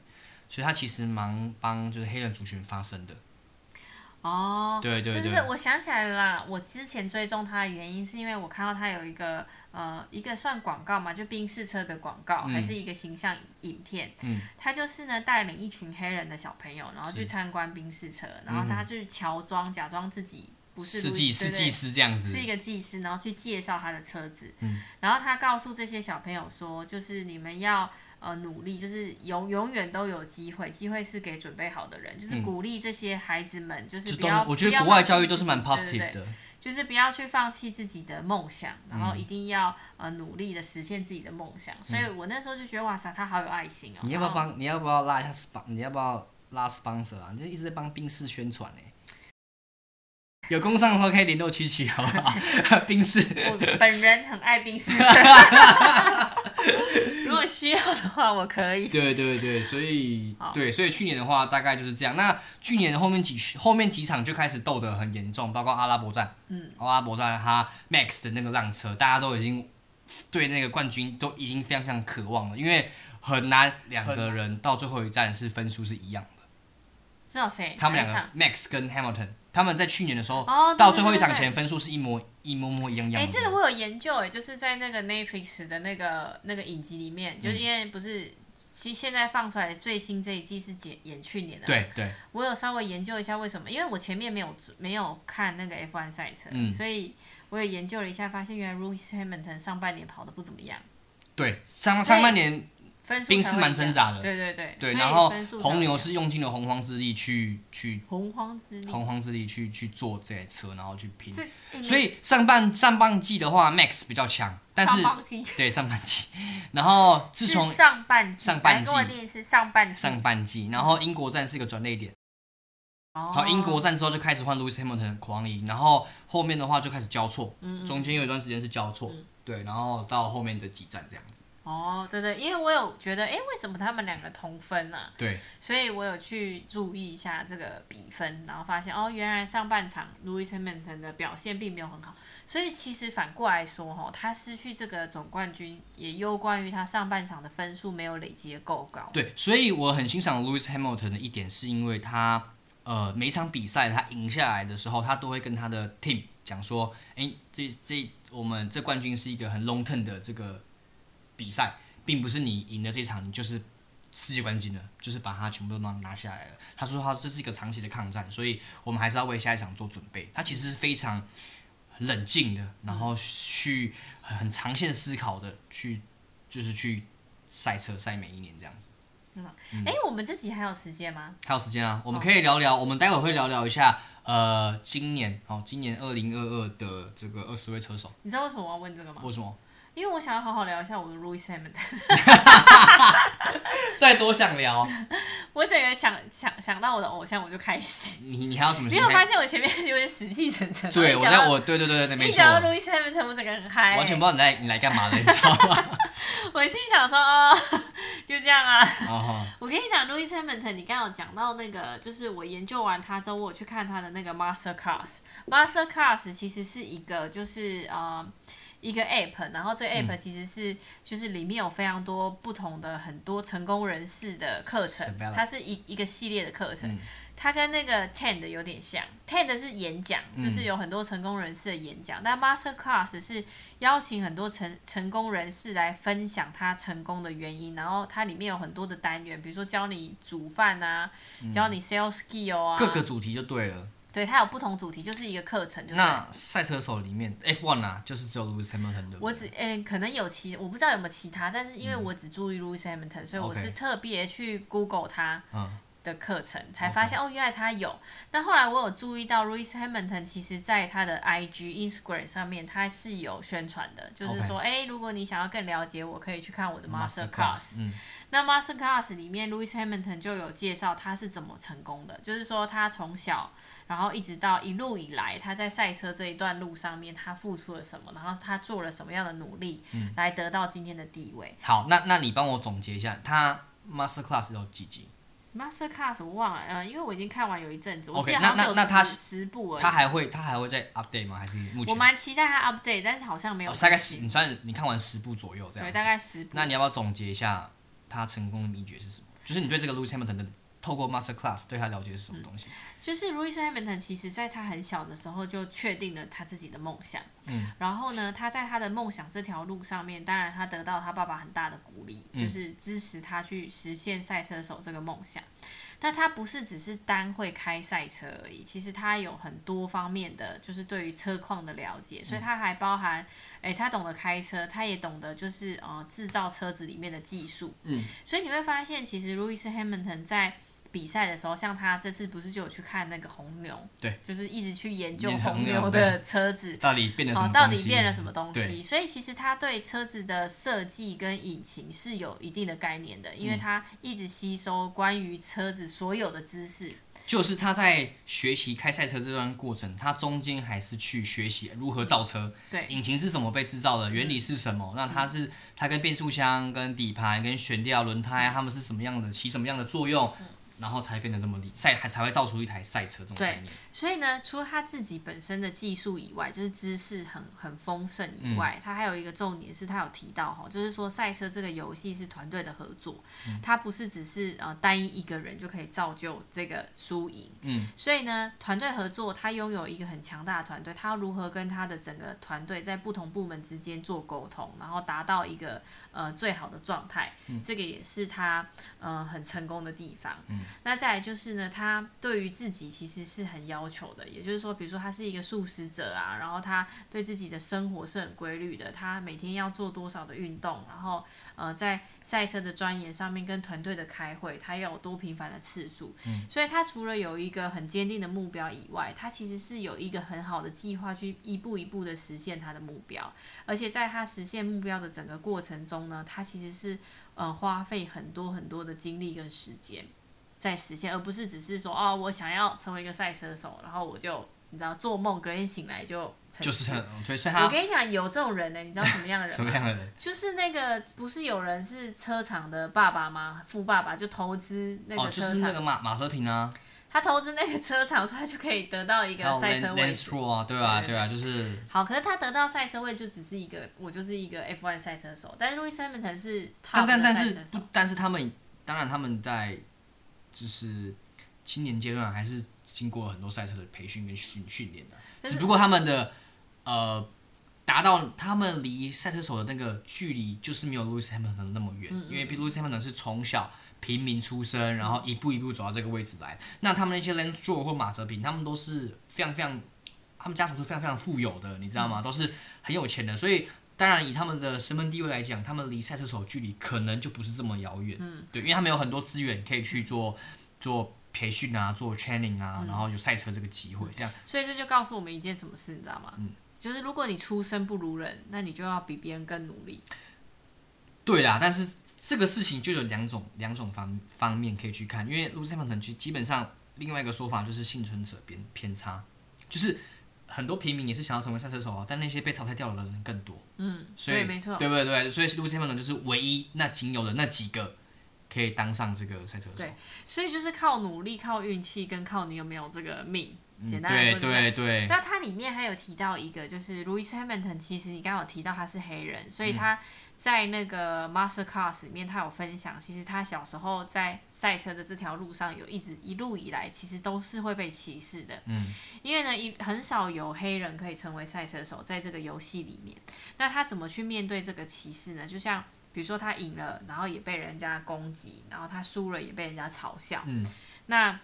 所以他其实蛮帮就是黑人族群发声的。哦，对对对对对，我想起来了啦，我之前追踪他的原因是因为我看到他有一个呃一个算广告嘛，就宾士车的广告，嗯还是一个形象影片。嗯，他就是呢带领一群黑人的小朋友，然后去是嗯参观宾士车，然后他去乔装，假装自己不是世路纪易世对对纪师这样子是一，个技师，然后去介绍他的车子。然后他告诉这些小朋友说，就是你们要呃努力，就是永永远都有机会，机会是给准备好的人，就是嗯鼓励这些孩子们，就是就不要。都我觉不得要国外放弃教育自都是己蛮对对 positive 对的。嗯就是不要去放弃自己的梦想，然后一定要、呃努力的实现自己的梦想。所以我那时候就觉得哇塞，他好有爱心哦。你要不要然后？帮？你要不要拉一下 spon？你要不要拉 sponsor 啊？你就一直在帮冰室宣传呢、有工商的时候可以联络区区，好不好？ 冰室，我本人很爱冰 室， 如果需要的话，我可以。对对对，所以好对，所以去年的话大概就是这样。那去年的后面几后面几场就开始斗得很严重，包括阿拉伯站，嗯，阿拉伯站他 Max 的那个浪车，大家都已经对那个冠军都已经非常非常渴望了，因为很难两个人到最后一站是分数是一样的。知道谁？他们两哎哪一场个 Max 跟 Hamilton 他们在去年的时候，哦对到最后一对场对前分数是一模一模模一样样哎、的。这个我有研究哎，就是在那个 Netflix 的那个那个影集里面，嗯就是因为不是其现在放出来最新这一季是演演去年的，，对对，我有稍微研究一下为什么，因为我前面没有没有看那个 F1 赛车，嗯所以我有研究了一下，发现原来 Lewis Hamilton 上半年跑的不怎么样，对，上所以上半年分数宾才士会蛮一样挣扎的对对对，对，所以然后分数才红会一牛样是用尽了洪荒之力去去洪荒之力，洪荒之力去去做这台车，然后去拼。这所以上半上半季的话，Max 比较强，但是上半季对上半季， 然后自是从上半季，上半来跟我季念是上半季，上半季，然后英国站是一个转捩点，哦然后英国站之后就开始换 Lewis Hamilton 狂赢，然后后面的话就开始交错，嗯中间有一段时间是交错，对，然后到后面的几站这样子，哦，对对，因为我有觉得，哎，为什么他们两个同分呢、啊？对所以我有去注意一下这个比分，然后发现哦，原来上半场 Lewis Hamilton 的表现并没有很好，所以其实反过来说，哈，他失去这个总冠军也攸关于他上半场的分数没有累积的够高。对，所以我很欣赏 Lewis Hamilton 的一点是因为他呃每一场比赛他赢下来的时候，他都会跟他的 team 讲说，哎，这这我们这冠军是一个很 long term 的这个比赛，并不是你赢了这场你就是世界冠军了，就是把它全部都拿拿下来了。他说他这是一个长期的抗战，所以我们还是要为下一场做准备。他其实是非常冷静的，然后去很很长线思考的去就是去赛车赛每一年这样子。嗯哎、我们这集还有时间吗？还有时间啊，我们可以聊聊，我们待会会聊聊一下，呃，今年哦，今年二零二二的这个二十位车手，你知道为什么我要问这个吗？为什么？因为我想要好好聊一下我的 Lewis Hamilton。 再多想聊，我整个想想想到我的偶像，我就开 心。你你还有什么？你有发？现我前面有点死气沉沉吗？对，一我讲在到我对对对对，没一错，讲到 Lewis Hamilton，我整个很嗨、欸完全不知道你来你来干嘛的，你知道 吗？我心想说，哦， 就这样啊。哦，我跟你讲，Louis Hamilton，你刚刚有讲到那个，就是我研究完他之后，我有去看他的那个 Master Class。Master Class 其实是一个，就是呃。一个 app，然后这个嗯 app 其实是、就是里面有非常多不同的很多成功人士的课程什么样，的它是一一个系列的课程，嗯它跟那个 TED 有点像，TED 是演讲，嗯就是有很多成功人士的演讲，但 Master Class 是邀请很多成成功人士来分享他成功的原因，然后它里面有很多的单元，比如说教你煮饭啊，教你 sales skill 啊，嗯各个主题就对了。对，它有不同主题，就是一个课程。就是那赛车手里面 F1 啊，就是只有 Lewis Hamilton 的。我只诶、可能有其我不知道有没有其他，但是因为我只注意 Louis Hamilton，、所以我嗯 OK 是特别去 Google 他嗯的课程，才发现哦，原来他有。那后来我有注意到 Louis Hamilton，其实在他的 IG Instagram 上面，他是有宣传的，就是说，诶，如果你想要更了解我，可以去看我的 Master Class。嗯，那 Master Class 里面，Louis Hamilton 就有介绍他是怎么成功的，就是说他从小，然后一直到一路以来，他在赛车这一段路上面，他付出了什么，然后他做了什么样的努力，嗯来得到今天的地位。好，那那你帮我总结一下，他 Master Class 有几集？ Master Class 我忘了，嗯、因为我已经看完有一阵子，我 OK，记得好那像只有那那他十十部而已。他还会他还会再 update 吗？还是目前我？蛮期待他 update，但是好像没有、哦大概是你算你看完十部左右这样对，子。大概十部。那你要不要总结一下他成功的秘诀是什么？就是你对这个 Lewis Hamilton 的透过 Master Class 对他了解是什么东西？就是 Louis Hamilton，其实在他很小的时候就确定了他自己的梦想。嗯，然后呢，他在他的梦想这条路上面，当然他得到他爸爸很大的鼓励，嗯就是支持他去实现赛车手这个梦想。那他不是只是单会开赛车而已，其实他有很多方面的，就是对于车况的了嗯解，所以他还包含，诶、他懂得开车，他也懂得就是呃制造车子里面的技术，嗯，所以你会发现，其实 Louis Hamilton 在比赛的时候，像他这次不是就有去看那个红牛，对，就是一直去研究研究红红牛牛的车子，到底变了什么哦东，西？到底变了什么东对西？所以其实他对车子的设计跟引擎是有一定的概念的，嗯因为他一直吸收关于车子所有的知识。就是他在学习开赛车这段过程，他中间还是去学习如何造车，对引擎是什么被制造的，原理是什么？那它是它跟变速箱、跟底盘、跟悬吊、轮胎，它们是什么样的，起什么样的作用？然后才变得这么厉赛，还才会造出一台赛车这种嗯对概念。所以呢，除了他自己本身的技术以外，就是知识很很丰盛嗯以外，他还有一个重点是他有提到哈，就是说赛车这个游戏是团队的合作，嗯他不是只是呃单一一个人就可以造就这个输赢。嗯，所以呢，团队合作，他拥有一个很强大的团队，他要如何跟他的整个团队在不同部门之间做沟通，然后达到一个呃最好的状态，这个也是他呃很成功的地方。那再来就是呢，他对于自己其实是很要求的，也就是说，比如说他是一个素食者啊，然后他对自己的生活是很规律的，他每天要做多少的运动，然后呃，在赛车的钻研上面跟团队的开会，他要有多频繁的次数。嗯所以他除了有一个很坚定的目标以外，他其实是有一个很好的计划去一步一步的实现他的目标，而且在他实现目标的整个过程中呢，他其实是呃花费很多很多的精力跟时间在实现，而不是只是说哦，我想要成为一个赛车手，然后我就你知道做梦，隔天醒来就成就是事这样，所以所以我他跟你讲，有这种人呢、你知道什么样的人什吗？么样的人？就是那个不是有人是车厂的爸爸吗？富爸爸就投资那哦，个就车是厂，那个马马车平啊，他投资那个车厂，所以他就可以得到一还有个赛 Lance 车位 Lance 置。 Stroll 啊，对啊，对对啊，就是好，可是他得到赛车位就只是一个，我就是一个 F1 赛车手，但是 Louis Hamilton 是 top 但但的但赛是车不手，，但是他们当然他们在就是青年阶段还是经过很多赛车的培训跟训训练的，但是只不过他们的呃达到他们离赛车手的那个距离就是没有 Lewis Hamilton 那么远，嗯因为 Lewis Hamilton 是从小平民出身，然后一步一步走到这个位置来。那他们那些 Lance Stroll 或马泽平，他们都是非常非常，他们家族是非常非常富有的，你知道嗯吗？都是很有钱的，所以当然以他们的身份地位来讲，他们离赛车手距离可能就不是这么遥远，嗯，对，因为他们有很多资源可以去做做培训啊，做 training 嗯啊，然后有赛车这个机会，这样所以这就告诉我们一件什么事，你知道吗？嗯就是如果你出身不如人，那你就要比别人更努力。对啦，但是这个事情就有两种两种方方面可以去看，因为路 e w i s h a m i l 基本上另外一个说法就是幸存者偏偏差，就是很多平民也是想要成为赛车手啊，但那些被淘汰掉的人更多，嗯，所以对，没错。对不对？对，所以路 e w i s h a m i l 就是唯一那仅有的那几个可以当上这个赛车手对。所以就是靠努力、靠运气，跟靠你有没有这个命。嗯简单来对说，就对是对，那它里面还有提到一个，就是 Louis Hamilton，其实你刚刚有提到他是黑人，所以他在那个 Master Class 里面，他有分享，其实他小时候在赛车的这条路上，有一直一路以来，其实都是会被歧视的。嗯，因为呢，一很少有黑人可以成为赛车手，在这个游戏里面，那他怎么去面对这个歧视呢？就像比如说他赢了，然后也被人家攻击，然后他输了也被人家嘲笑。嗯，那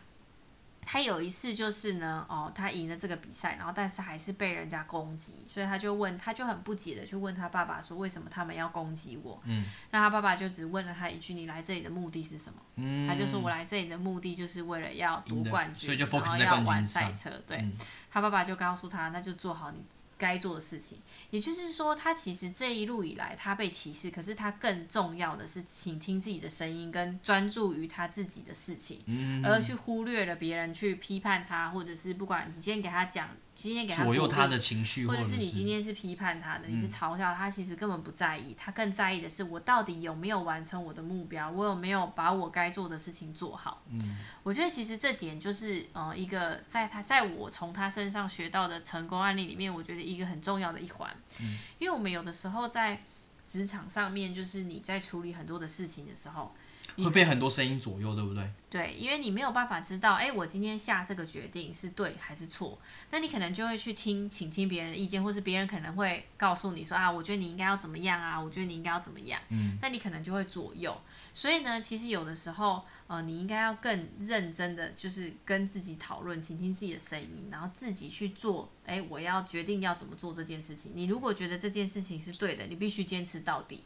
他有一次就是呢，哦，他赢了这个比赛，然后但是还是被人家攻击，所以他就问，他就很不解的去问他爸爸说，为什么他们要攻击我？嗯，那他爸爸就只问了他一句，你来这里的目的是什么？嗯，他就说我来这里的目的就是为了要夺赢得冠军，所以就 focus 在然冠后要军玩赛上车。对，嗯他爸爸就告诉他，那就做好你该做的事情。也就是说，他其实这一路以来他被歧视，可是他更重要的是倾听自己的声音，跟专注于他自己的事情，嗯而去忽略了别人去批判他，或者是不管你今天给他讲，今天给他左右鼓励他的情绪，或者者是你今天是嗯批判他的，你是嘲笑他，其实根本不在意，他更在意的是我到底有没有完成我的目标，我有没有把我该做的事情做好。嗯，我觉得其实这点就是呃一个在他在我从他身上学到的成功案例里面，我觉得一个很重要的一环，因为我们有的时候在职场上面，就是你在处理很多的事情的时候，会被很多声音左右，对不对？对，因为你没有办法知道，哎，我今天下这个决定是对还是错，那你可能就会去听，倾听别人的意见，或是别人可能会告诉你说啊，我觉得你应该要怎么样啊，我觉得你应该要怎么样，嗯，那你可能就会左右。所以呢，其实有的时候，呃，你应该要更认真的，就是跟自己讨论，倾听自己的声音，然后自己去做。哎，我要决定要怎么做这件事情。你如果觉得这件事情是对的，你必须坚持到底。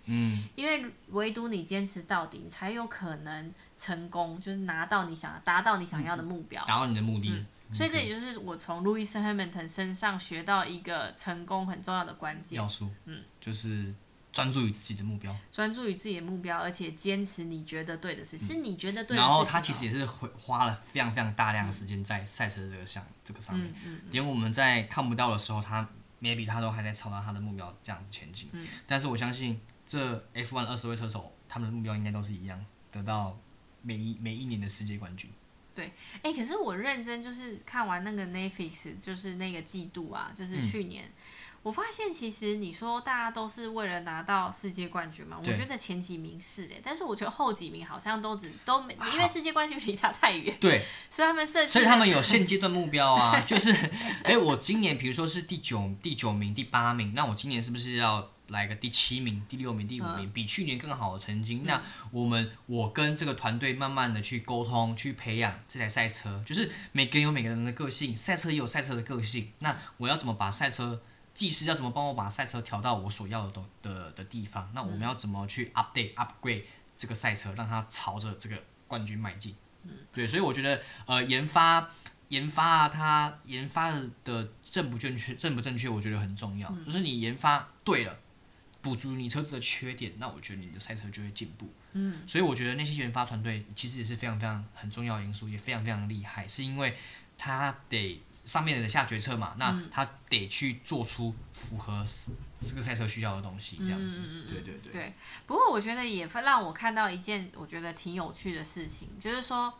因为唯独你坚持到底，你才有可能成功，就是拿到你想达到你想要的目标。达到你的目的。所嗯以这也就是我从 Louis Hamilton 身上学到一个成功很重要的关键要：素，嗯，就是专注于自己的目标。专注于自己的目标，而且坚持你觉得对的事，是嗯你觉得对的事情哦。嗯然后他其实也是花花了非常非常大量的时间在赛车这个项这个上嗯面，连我们在看不到的时候，他 maybe 他都还在朝着他的目标这样子前进。嗯但是我相信这 F1 二十位车手，他们的目标应该都是一样，得到每一每一年的世界冠军。哎、可是我认真就是看完那个 Netflix，就是那个季度啊，就是嗯去年，我发现其实你说大家都是为了拿到世界冠军嘛，我对觉得前几名是哎、但是我觉得后几名好像都只都没，因为世界冠军离他太远，对，所以他们设计，所以他们有现阶段目标啊， 就是，哎、我今年比如说是第九、第九名、第八名，那我今年是不是要来个第七名、第六名、第五名，比去年更好的成绩？那我们我跟这个团队慢慢的去沟通、去培养这台赛车，就是每个人有每个人的个性，赛车也有赛车的个性。那我要怎么把赛车？技师要怎么帮我把赛车调到我所要的东的的地方？那我们要怎么去 update、upgrade 这个赛车，让它朝着这个冠军迈进？对，所以我觉得呃，研发研发啊，它研发的正不正确，正不正确，我觉得很重要。就是你研发对了，补足你车子的缺点，那我觉得你的赛车就会进步。嗯，所以我觉得那些研发团队其实也是非常非常很重要的因素，也非常非常厉害，是因为他得上面的下决策嘛，那他得去做出符合这个赛车需要的东西，这样子。对对对。对不过我觉得也让我看到一件我觉得挺有趣的事情，就是说，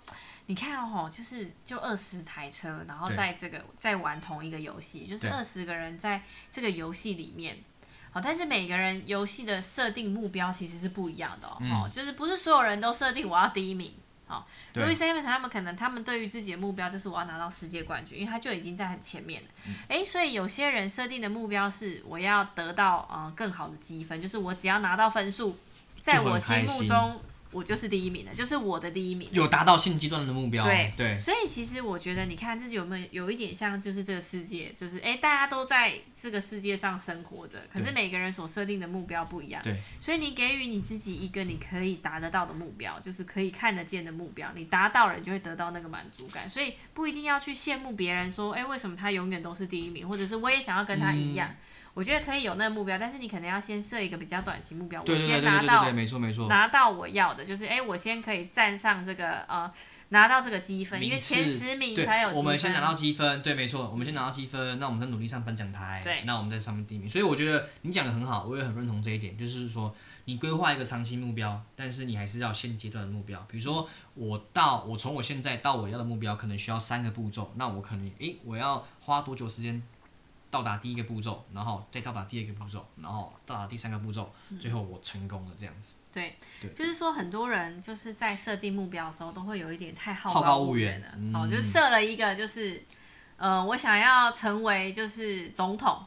你看哦，就是就二十台车，然后对在这个在玩同一个游戏，就是对二十个人在这个游戏里面。好，但是每个人游戏的设定目标其实是不一样的哦，嗯哦就是不是所有人都设定我要第一名。哦对，Louis Hamilton 他们可能他们对于自己的目标就是我要拿到世界冠军，因为他就已经在很前面了。嗯诶，所以有些人设定的目标是我要得到呃更好的积分，就是我只要拿到分数，在就很我开心目心中我就是第一名了，就是我的第一名了。有达到现阶段的目标，对对，所以其实我觉得，你看这有没有有一点像，就是这个世界，就是哎、诶大家都在这个世界上生活着，可是对每个人所设定的目标不一样。对，所以你给予你自己一个你可以达得到的目标，就是可以看得见的目标，你达到了，你就会得到那个满足感。所以不一定要去羡慕别人说，哎、为什么他永远都是第一名，或者是我也想要跟他一嗯样。我觉得可以有那个目标，但是你可能要先设一个比较短期目标，对对对我对先拿对到对对，没错没错。拿到我要的，就是哎、诶我先可以站上这个呃，拿到这个积分，因为名次前十名对才有积分。我们先拿到积分，对，没错，我们先拿到积分，那我们再努力上颁奖台，对那我们在上面第一名。所以我觉得你讲的很好，我也很认同这一点，就是说你规划一个长期目标，但是你还是要现阶段的目标。比如说我到我从我现在到我要的目标，可能需要三个步骤，那我可能诶我要花多久时间？到达第一个步骤，然后再到达第二个步骤，然后到达第三个步骤，最后我成功了，这样子。对，对就是说很多人就是在设定目标的时候，都会有一点太好好高骛骛远远了。嗯哦，就设了一个就是，呃，我想要成为就是总统。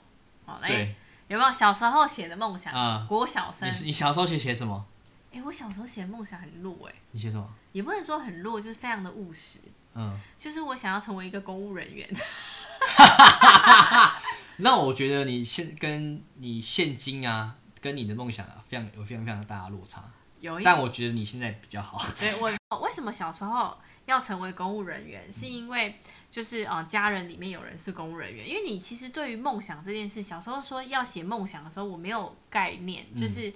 哦，哎、对，有没有小时候写的梦想？啊国小生你。是你小时候写写什么？哎、我小时候写的梦想很弱哎、你写什么？也不能说很弱，就是非常的务实。嗯，就是我想要成为一个公务人员。 那我觉得你现跟你现今啊，跟你的梦想啊，非常有非常非常大的落差。有一但我觉得你现在比较好。对我哦为什么小时候要成为公务人员，是因为就是啊、呃家人里面有人是公务人员，因为你其实对于梦想这件事，小时候说要写梦想的时候，我没有概念，嗯就是。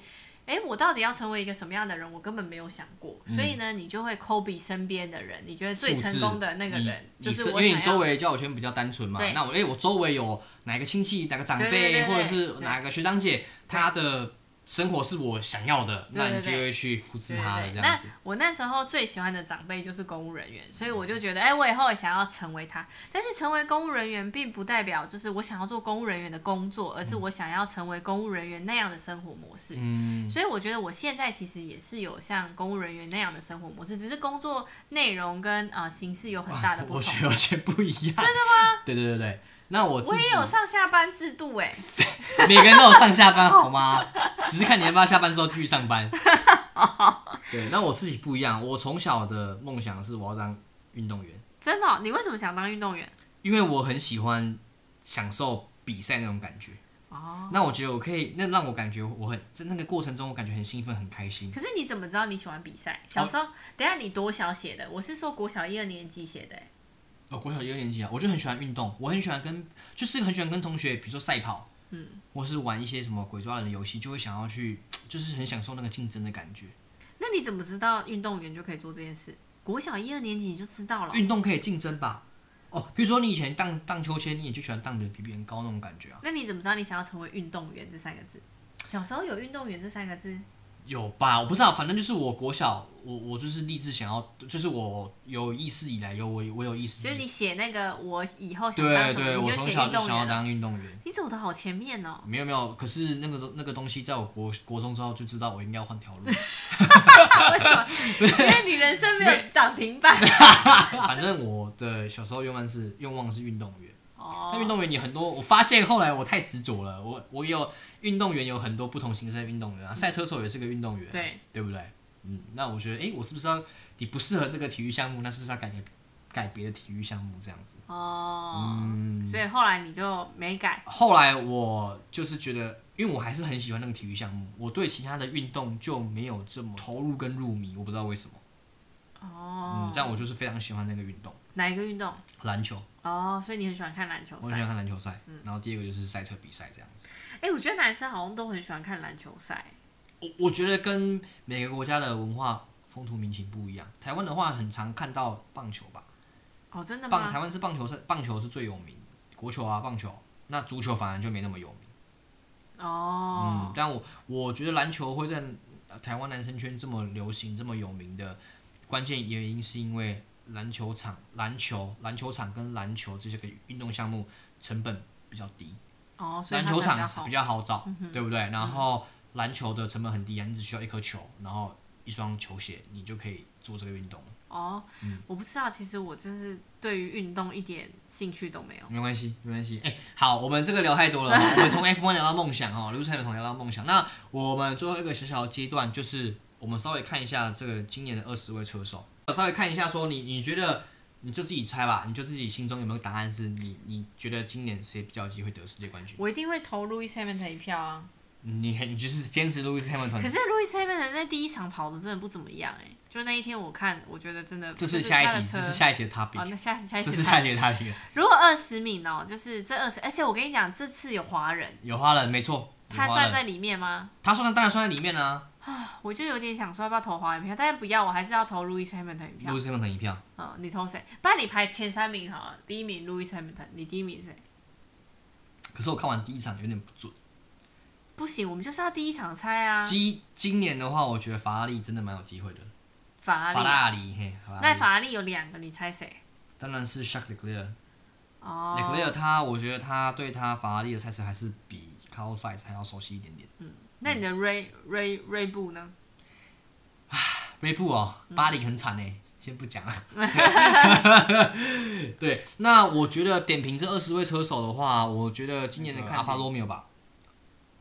诶，我到底要成为一个什么样的人？我根本没有想过，所以呢，你就会 copy 身边的人，你觉得 最嗯复成制功的那个你人，你就是因我为你想周要。围交友圈比较单纯嘛对。那我哎、我周围有哪个亲戚、哪个长辈，对对对对或者是对哪个学长姐，他的生活是我想要的，对对那你就对会去复制对他对的对，这样那子。我那时候最喜欢的长辈就是公务人员，所以嗯我就觉得，哎、我以后也想要成为他。但是成为公务人员，并不代表就是我想要做公务人员的工作，而是我想要成为公务人员那样的生活模式。嗯，所以我觉得我现在其实也是有像公务人员那样的生活模式，只是工作内容跟啊、呃形式有很大的不 我同觉。得完全不一样。真的吗？对对对对。那我自我己也有上下班制度哎、每个人都有上下班好吗？只是看你要不要下班之后继续上班。对，那我自己不一样，我从小的梦想是我要当运动员，真的哦、你为什么想当运动员？因为我很喜欢享受比赛那种感觉。哦，那我觉得我可以，那让我感觉我很在那个过程中，我感觉很兴奋，很开心。可是你怎么知道你喜欢比赛？小哦时候，等一下你多小写的？我是说国小一二年级写的、哎哦，国小一二年级啊，我就很喜欢运动，我很喜欢跟，就是很喜欢跟同学，比如说赛跑，嗯，或是玩一些什么鬼抓人的游戏，就会想要去，就是很享受那个竞争的感觉。那你怎么知道运动员就可以做这件事？国小一二年级你就知道了。运动可以竞争吧？哦，比如说你以前荡荡秋千，你也就喜欢荡得比别人高那种感觉啊。那你怎么知道你想要成为运动员这三个字？小时候有运动员这三个字，有吧？我不知道，反正就是我国小，我我就是立志想要，就是我有意识以来有我我有意识，就是你写那个我以后想对当什么，对，你我就从写小运就动想要员啊了。当运动员。你走的好前 面哦，没有没有，可是那个东那个东西，在我国国中之后就知道我应该要换条路。 为什么？因为你人生没有涨停板。反正我的小时候愿望是愿望是运动员。那运哦，动员你很多，我发现后来我太执着了。我我有运动员有很多不同形式的运动员啊，赛车手也是个运动员啊、嗯对对不对？嗯，那我觉得，诶，我是不是要你不适合这个体育项目，那是不是要改改别的体育项目这样子？哦，嗯所以后来你就没改。后来我就是觉得，因为我还是很喜欢那个体育项目，我对其他的运动就没有这么投入跟入迷，我不知道为什么。哦嗯，，但我就是非常喜欢那个运动，哪一个运动？篮球，哦，所以你很喜欢看篮球我很喜欢赛。看篮球赛。嗯然后第二个就是赛车比赛这样子。哎，我觉得男生好像都很喜欢看篮球赛。我我觉得跟每个国家的文化风土民情不一样。台湾的话，很常看到棒球吧，哦，真的棒吗？台湾是棒球是棒球是最有名，国球啊棒球，那足球反而就没那么有名。嗯哦，，但我我觉得篮球会在呃台湾男生圈这么流行、这么有名的关键原因，是因为篮球场、篮球、篮球场跟篮球这些个运动项目成本比较低，哦，所以篮它球才场比较好嗯比较好找，对不对？然后篮球的成本很低啊，你只需要一颗球，然后一双球鞋，你就可以做这个运动了。哦，我不知道，其实我就是对于运动一点兴趣都没有。没关系，没关系。哎、好，我们这个聊太多了哦，我们从 F1 聊到梦想哦，刘彩彤聊到梦想。那我们最后一个小小的阶段，就是我们稍微看一下这个今年的二十位车手，稍微看一下说你你觉得你就自己猜吧，你就自己心中有没有答案是你你觉得今年谁比较有机会得世界冠军？我一定会投 Louis Hamilton 一票啊！你你就是坚持 Lewis Hamilton，可是 Louis Hamilton 在第一场跑的真的不怎么样哎、就那一天我看，我觉得真的这就是下一他的题，车这是下一题的哦，那 topic，下下一这期是下看一题的 topic。如果二十名哦，就是这二十，而且我跟你讲，这次有华人，有花了，没错，有他花算了在里面吗？他算当然算在里面啊我就有点想说要不要投华人票，但是不要，我还是要投 Louis Hamilton 一票。 ，Lewis Hamilton 一票。嗯，你投谁？不然你排前三名好了，第一名 Louis Hamilton，你第一名是谁？可是我看完第一场有点不准。不行，我们就是要第一场猜啊。今今年的话，我觉得法拉利真的蛮有机会的。法法拉拉利，利，嘿，法那拉利法拉利有两个，你猜谁？当然是 Shark Leclerc。哦 Leclerc 他，我觉得他对他法拉利的赛车还是比 Carlos Sainz 还要熟悉一点点。那你的 Ray Ray Ray 布呢？锐步哦，巴黎很惨哎，先不讲啊。 对，那我觉得点评这二十位车手的话，我觉得今年嗯的阿法罗密欧吧，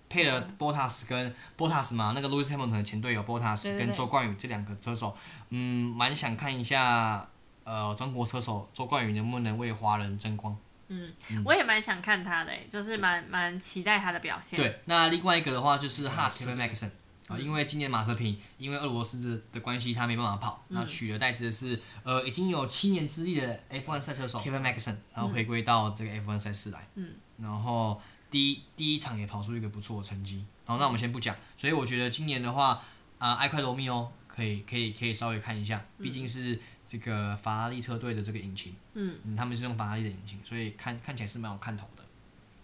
配了 Bottas 跟 Bottas 嘛，那个 Lewis Hamilton 的前队友 Bottas 对对跟对周冠宇这两个车手，嗯，蛮想看一下呃中国车手周冠宇能不能为华人争光。嗯嗯我也蛮想看他的、欸，就是蛮蛮期待他的表现。，对，那另外一个的话就是 Haas Kevin Magnussen 啊，因为今年马瑟平因为俄罗斯的的关系，他没办法跑，那取而代之的是呃已经有七年资历的 F1 赛车手 Kevin Magnussen，然后回归到这个 F1 赛事来，嗯，然后第一第一场也跑出一个不错的成绩，然后那我们先不讲，所以我觉得今年的话啊，埃克罗密欧可以可以可以稍微看一下，毕竟是这个法拉利车队的这个引擎，嗯他们是用法拉利的引擎，所以看看起来是蛮有看头的。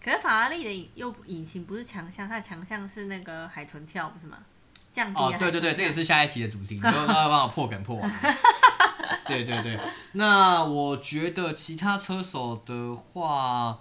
可是法拉利的引又引擎不是强项，它的强项是那个海豚跳，不是吗？降低哦海，对豚对对，跳这也是下一集的主题，你 都要帮我破梗破完。对对对，那我觉得其他车手的话，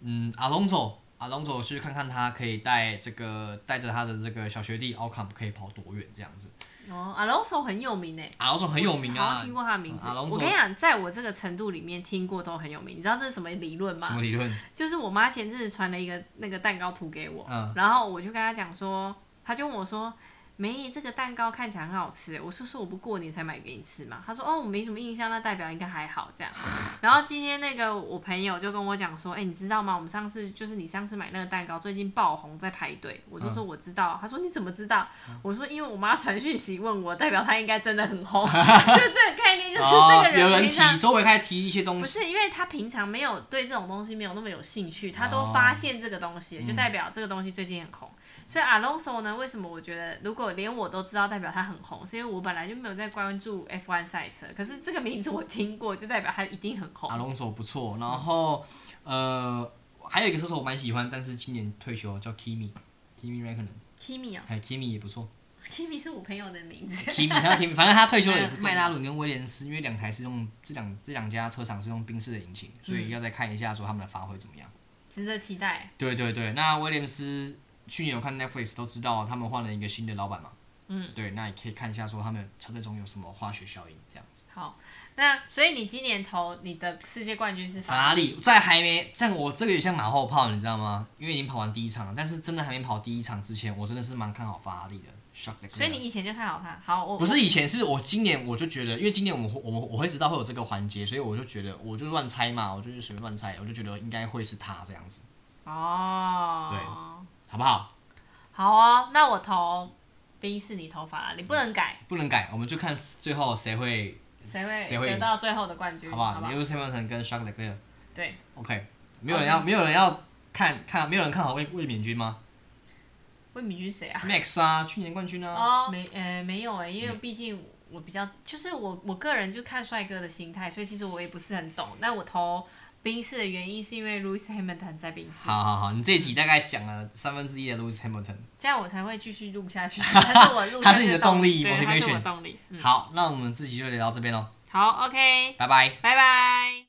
嗯，阿隆索，阿隆索去看看他可以带这个带着他的这个小学弟奥康可以跑多远这样子。哦，Alonso 很有名诶、欸。阿隆索很有名我好啊像，听过他的名字。嗯，Alonso 我跟你讲，在我这个程度里面听过都很有名。你知道这是什么理论吗什？么理论？就是我妈前阵子传了一个那个蛋糕图给我，嗯然后我就跟她讲说，她就问我说：“梅，这个蛋糕看起来很好吃。”欸我说：“说我不过年才买给你吃嘛。”她说：“哦，我没什么印象，那代表应该还好 这样。”然后今天那个我朋友就跟我讲说：“哎、你知道吗？我们上次就是你上次买那个蛋糕，最近爆红，在排队。”我嗯就说：“我知道。她说：“你怎么知道？”我说：“因为我妈传讯息问我，代表她应该真的很 红。”就这个概念， 就是这哦个，有人人平提常，周围开始提一些东不西，是，因为他平常没有对这种东西没有那么有兴趣，他哦都发现这个东嗯西了，就代表这个东西最近很红。所以 Alonso 呢，为什么我觉得如果连我都知道，代表他很红，是因为我本来就没有在关注 F1 赛车，可是这个名字我听过，就代表他一定很红阿。隆索不错。然后呃，还有一个车手我蛮喜欢，但是今年退休了叫 Kimi，Kimi r a c k o n e n Kimi 啊、还有 Kimi 也不错。 Kimi 是我朋友的名字。提米，还有提米，反正他退休了也嗯不嗯哎重要。麦拉伦跟威廉斯，因为两台是用这两这两家车厂是用宾士的引擎，所以要再看一下说他们的发挥怎么样。值得期待。对对对，那威廉斯去年有看 Netflix 都知道他们换了一个新的老板嘛，嗯，对，那也可以看一下说他们车队中有什么化学效应这样子。好，那所以你今年投你的世界冠军是法拉利在还没在我这个也像马后炮，你知道吗？因为已经跑完第一场了，但是真的还没跑第一场之前，我真的是蛮看好法拉利的。Shock 所以你以前就看好他。好，我不是以前，是我今年我就觉得，因为今年我们会我们我会知道会有这个环节，所以我就觉得我就乱猜嘛，我就是随便乱猜，我就觉得应该会是他这样子，哦，对好不好？好哦，那我投冰士，你投法拉利，不能改，不能改，我们就看最后谁会谁会谁会得赢，到最后的冠军？好不不好？你 e w s Hamilton 跟 Shark l e c l e r 对， OK，没有人要没有人要看看没有人看好卫卫冕军吗魏敏君谁啊？ ？Max 啊， 去年冠军啊，哦，没，呃，没有哎、因嗯为毕竟我比较，就是我我个人就看帅哥的心态，所以其实我也不是很懂。那我投冰士的原因是因为 Lewis Hamilton 在冰士，好好好，你这一集大概讲了三分之一的 Lewis Hamilton。这样我才会继续录下 去。他是我录下去，他是你的动力对他是我 motivation 动力。嗯，好，那我们这集就聊到这边喽，嗯好，OK，拜拜。拜拜。